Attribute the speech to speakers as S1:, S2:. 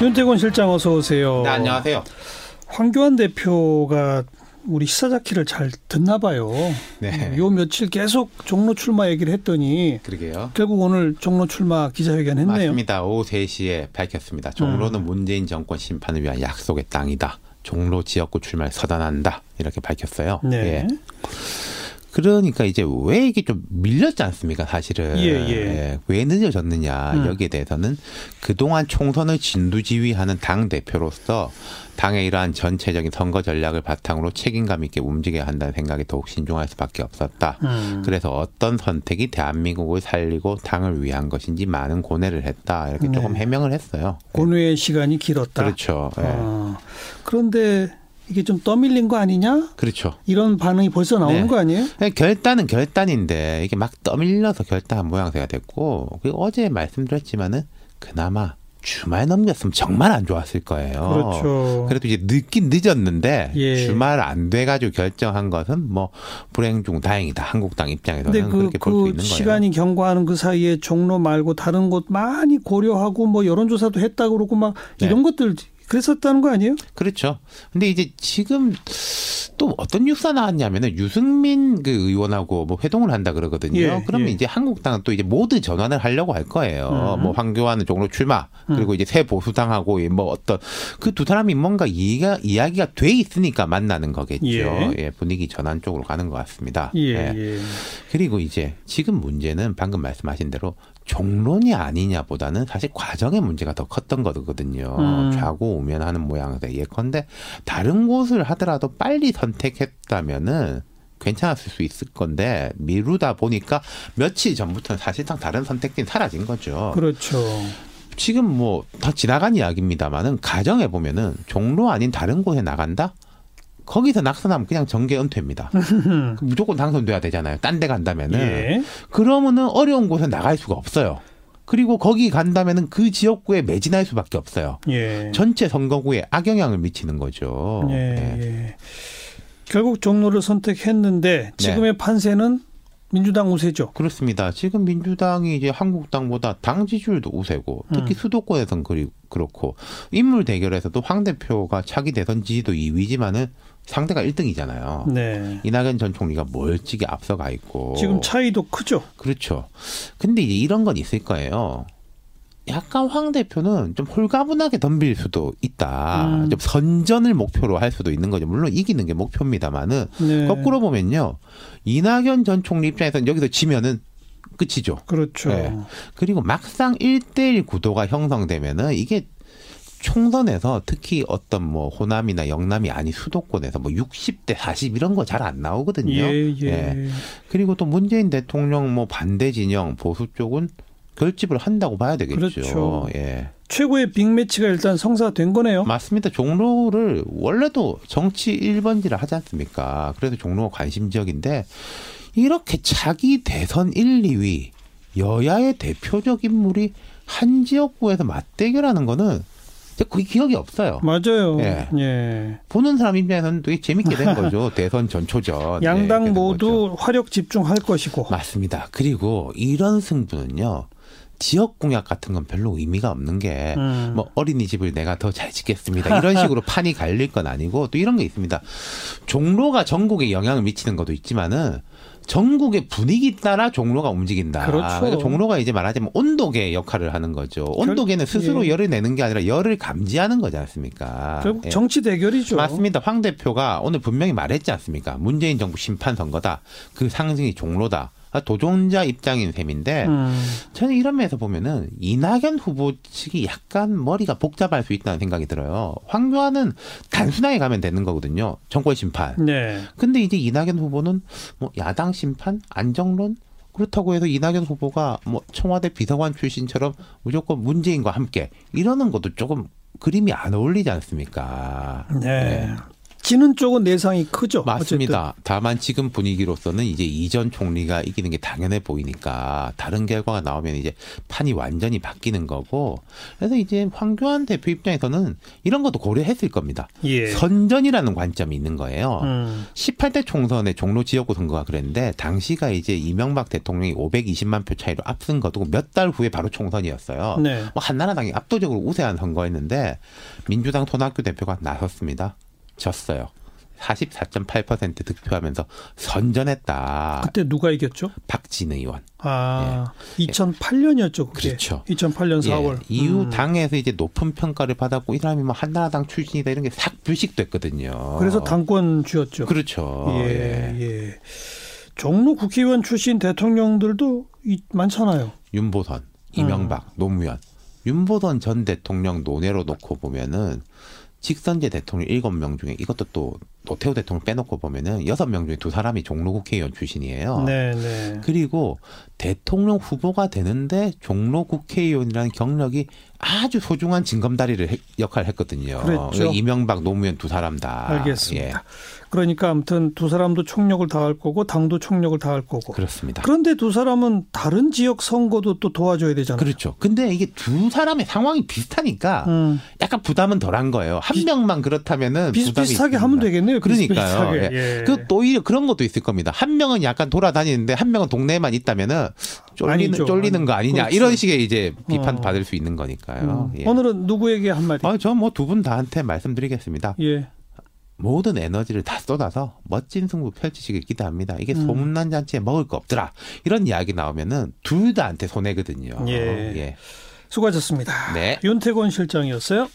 S1: 윤태곤 실장 어서 오세요.
S2: 네, 안녕하세요.
S1: 황교안 대표가 우리 시사자키를 잘 듣나 봐요.
S2: 네.
S1: 요 며칠 계속 종로 출마 얘기를 했더니
S2: 그러게요.
S1: 결국 오늘 종로 출마 기자회견 했네요. 음.
S2: 맞습니다. 오후 3시에 밝혔습니다. 종로는 문재인 정권 심판을 위한 약속의 땅이다. 종로 지역구 출마를 서단한다. 이렇게 밝혔어요.
S1: 네.
S2: 예. 그러니까 이제 왜 이게 좀 밀렸지 않습니까, 사실은.
S1: 예, 예.
S2: 왜 늦어졌느냐,
S1: 음.
S2: 여기에 대해서는 그동안 총선을 진두지휘하는 당대표로서 당의 이러한 전체적인 선거 전략을 바탕으로 책임감 있게 움직여야 한다는 생각이 더욱 신중할 수밖에 없었다.
S1: 음.
S2: 그래서 어떤 선택이 대한민국을 살리고 당을 위한 것인지 많은 고뇌를 했다 이렇게
S1: 네.
S2: 조금 해명을 했어요.
S1: 고뇌의 시간이 길었다.
S2: 그렇죠. 예.
S1: 어. 그런데 이게 좀 떠밀린 거 아니냐?
S2: 그렇죠.
S1: 이런 반응이 벌써 나오는
S2: 네.
S1: 거 아니에요?
S2: 예, 결단은 결단인데 이게 막 떠밀려서 결단한 모양새가 됐고 그리고 어제 말씀드렸지만은 그나마 주말 넘겼으면 정말 안 좋았을 거예요.
S1: 그렇죠.
S2: 그래도 이제 늦긴 늦었는데
S1: 예.
S2: 주말 안 돼가지고 결정한 것은 뭐 불행 중 다행이다 한국당
S1: 근데
S2: 입장에서는
S1: 그,
S2: 그렇게 볼 수
S1: 그
S2: 있는 거예요.
S1: 시간이 경과하는 그 사이에 종로 말고 다른 곳 많이 고려하고 뭐 여론조사도 했다고 그러고 막
S2: 네.
S1: 이런 것들 그랬었다는 거 아니에요?
S2: 그렇죠. 근데 이제 지금 또 어떤 뉴스가 나왔냐면은 유승민 그 의원하고 뭐 회동을 한다 그러거든요.
S1: 예,
S2: 그러면
S1: 예.
S2: 이제 한국당은 또 이제 모두 전환을 하려고 할 거예요.
S1: 음.
S2: 뭐 황교안은 종로 출마 그리고 이제 새 보수당하고 이뭐 어떤 그 두 사람이 뭔가 이해가 이야기가 돼 있으니까 만나는 거겠죠.
S1: 예.
S2: 예, 분위기 전환 쪽으로 가는 것 같습니다.
S1: 예,
S2: 예.
S1: 예.
S2: 그리고 이제 지금 문제는 방금 말씀하신 대로 종론이 아니냐보다는 사실 과정의 문제가 더 컸던 거거든요.
S1: 음.
S2: 좌고 우면하는 모양새 예컨대 다른 곳을 하더라도 빨리 선택했다면은 괜찮았을 수 있을 건데 미루다 보니까 며칠 전부터는 사실상 다른 선택지는 사라진 거죠.
S1: 그렇죠.
S2: 지금 뭐 다 지나간 이야기입니다만은 가정해 보면은 종로 아닌 다른 곳에 나간다. 거기서 낙선하면 그냥 정계 은퇴입니다. 그럼 무조건 당선돼야 되잖아요. 딴 데 간다면은
S1: 예.
S2: 그러면은 어려운 곳에 나갈 수가 없어요. 그리고 거기 간다면은 그 지역구에 매진할 수밖에 없어요.
S1: 예.
S2: 전체 선거구에 악영향을 미치는 거죠.
S1: 예,
S2: 예.
S1: 예. 결국 종로를
S2: 네.
S1: 선택했는데 지금의 판세는 민주당 우세죠.
S2: 그렇습니다. 지금 민주당이 이제 한국당보다 당 지지율도 우세고
S1: 음.
S2: 특히 수도권에선 그리 그렇고 인물 대결에서도 황 대표가 차기 대선 지지도 2위지만은 상대가 1등이잖아요.
S1: 네.
S2: 이낙연 전 총리가 멀찍이 앞서가 있고
S1: 지금 차이도 크죠.
S2: 그렇죠. 근데 이제 이런 건 있을 거예요. 약간 황 대표는 좀 홀가분하게 덤빌 수도 있다.
S1: 음.
S2: 좀 선전을 목표로 할 수도 있는 거죠. 물론 이기는 게 목표입니다만은
S1: 네.
S2: 거꾸로 보면요. 이낙연 전 총리 입장에서는 여기서 지면은 끝이죠.
S1: 그렇죠.
S2: 네. 그리고 막상 1대1 구도가 형성되면은 이게 총선에서 특히 어떤 뭐 호남이나 영남이 아닌 수도권에서 뭐 60대 40 이런 거 잘 안 나오거든요.
S1: 예, 예.
S2: 예. 그리고 또 문재인 대통령 뭐 반대 진영 보수 쪽은 결집을 한다고 봐야 되겠죠.
S1: 그렇죠.
S2: 예.
S1: 최고의 빅매치가 일단 성사된 거네요.
S2: 맞습니다. 종로를 원래도 정치 1번지라 하지 않습니까? 그래서 종로가 관심 지역인데 이렇게 자기 대선 1, 2위 여야의 대표적 인물이 한 지역구에서 맞대결하는 거는 진짜 거의 기억이 없어요.
S1: 맞아요.
S2: 예.
S1: 예.
S2: 보는 사람 입장에서는 되게 재밌게 된 거죠. 대선 전초전. 예, 이렇게
S1: 양당
S2: 된 거죠. 아,
S1: 모두 화력 집중할 것이고.
S2: 맞습니다. 그리고 이런 승부는요. 지역 공약 같은 건 별로 의미가 없는 게,
S1: 음.
S2: 뭐, 어린이집을 내가 더 잘 짓겠습니다. 이런 식으로 판이 갈릴 건 아니고, 또 이런 게 있습니다. 종로가 전국에 영향을 미치는 것도 있지만은, 전국의 분위기 따라 종로가 움직인다.
S1: 그렇죠.
S2: 그래서 종로가 이제 말하자면 온도계 역할을 하는 거죠. 온도계는 스스로
S1: 예.
S2: 열을 내는 게 아니라 열을 감지하는 거지 않습니까?
S1: 결국
S2: 예.
S1: 정치 대결이죠.
S2: 맞습니다. 황 대표가 오늘 분명히 말했지 않습니까? 문재인 정부 심판 선거다. 그 상징이 종로다. 아, 도전자 입장인 셈인데
S1: 음.
S2: 저는 이런 면에서 보면은 이낙연 후보 측이 약간 머리가 복잡할 수 있다는 생각이 들어요. 황교안은 단순하게 가면 되는 거거든요. 정권 심판.
S1: 네.
S2: 근데 이제 이낙연 후보는 뭐 야당 심판, 안정론 그렇다고 해서 이낙연 후보가 뭐 청와대 비서관 출신처럼 무조건 문재인과 함께 이러는 것도 조금 그림이 안 어울리지 않습니까?
S1: 네. 지는 쪽은 내상이 크죠.
S2: 맞습니다. 다만 지금 분위기로서는 이제 이전 총리가 이기는 게 당연해 보이니까 다른 결과가 나오면 이제 판이 완전히 바뀌는 거고 그래서 이제 황교안 대표 입장에서는 이런 것도 고려했을 겁니다.
S1: 어쨌든. 예.
S2: 선전이라는 관점이 있는 거예요.
S1: 음.
S2: 18대 총선의 종로 지역구 선거가 그랬는데 당시가 이제 이명박 대통령이 520만 표 차이로 앞선 거고 몇 달 후에 바로 총선이었어요.
S1: 네.
S2: 뭐 한나라당이 압도적으로 우세한 선거였는데 민주당 손학규 대표가 나섰습니다. 졌어요. 44.8% 득표하면서 선전했다.
S1: 그때 누가 이겼죠?
S2: 박진 의원.
S1: 아, 2008년이었죠. 그게.
S2: 예. 그렇죠.
S1: 2008년 4월. 음.
S2: 예, 이후 당에서 이제 높은 평가를 받았고 이 사람이 뭐 한나라당 출신이다 이런 게 싹 불식됐거든요.
S1: 그래서 당권 주였죠.
S2: 어. 그렇죠.
S1: 예, 예. 종로 국회의원 출신 대통령들도 이- 많잖아요.
S2: 윤보선, 이명박,
S1: 음.
S2: 노무현. 윤보선 전 대통령 논외로 놓고 보면은 직선제 대통령 일곱 명 중에 이것도 또 노태우 대통령 빼놓고 보면은 여섯 명 중에 두 사람이 종로 국회의원 출신이에요.
S1: 네, 네.
S2: 그리고 대통령 후보가 되는데 종로 국회의원이라는 경력이 아주 소중한 징검다리를 했- 역할을 했거든요.
S1: 그랬죠.
S2: 이명박, 노무현 두 사람 다.
S1: 알겠습니다.
S2: 예.
S1: 그러니까 아무튼 두 사람도 총력을 다할 거고 당도 총력을 다할
S2: 예,
S1: 거고.
S2: 그렇습니다.
S1: 그런데 두 사람은 다른 지역 선거도 또 도와줘야 되잖아요.
S2: 그렇죠. 근데 이게 두 사람의 상황이 비슷하니까
S1: 음,
S2: 약간 부담은 덜한 거예요. 한 명만 그렇다면은
S1: 비슷비슷하게
S2: 부담이
S1: 하면
S2: 있습니다.
S1: 되겠네요.
S2: 그러니까요.
S1: 비슷비슷하게.
S2: 예.
S1: 예.
S2: 그또 오히려 그런 것도 있을 겁니다. 한 명은 약간 돌아다니는데 한 명은 동네에만 있다면은 쫄리는
S1: 아니죠.
S2: 쫄리는 거 아니냐
S1: 그렇죠.
S2: 이런 식의 이제 비판
S1: 어.
S2: 받을 수 있는 거니까요.
S1: 음,
S2: 예.
S1: 오늘은 누구에게 한마디?
S2: 아, 저뭐 두 분 다한테 말씀드리겠습니다.
S1: 예.
S2: 모든 에너지를 다 쏟아서 멋진 승부 펼치시길 기대합니다. 이게
S1: 음.
S2: 소문난 잔치에 먹을 거 없더라. 이런 이야기 나오면은 둘 다한테 손해거든요.
S1: 예.
S2: 예.
S1: 수고하셨습니다.
S2: 네.
S1: 윤태곤 실장이었어요.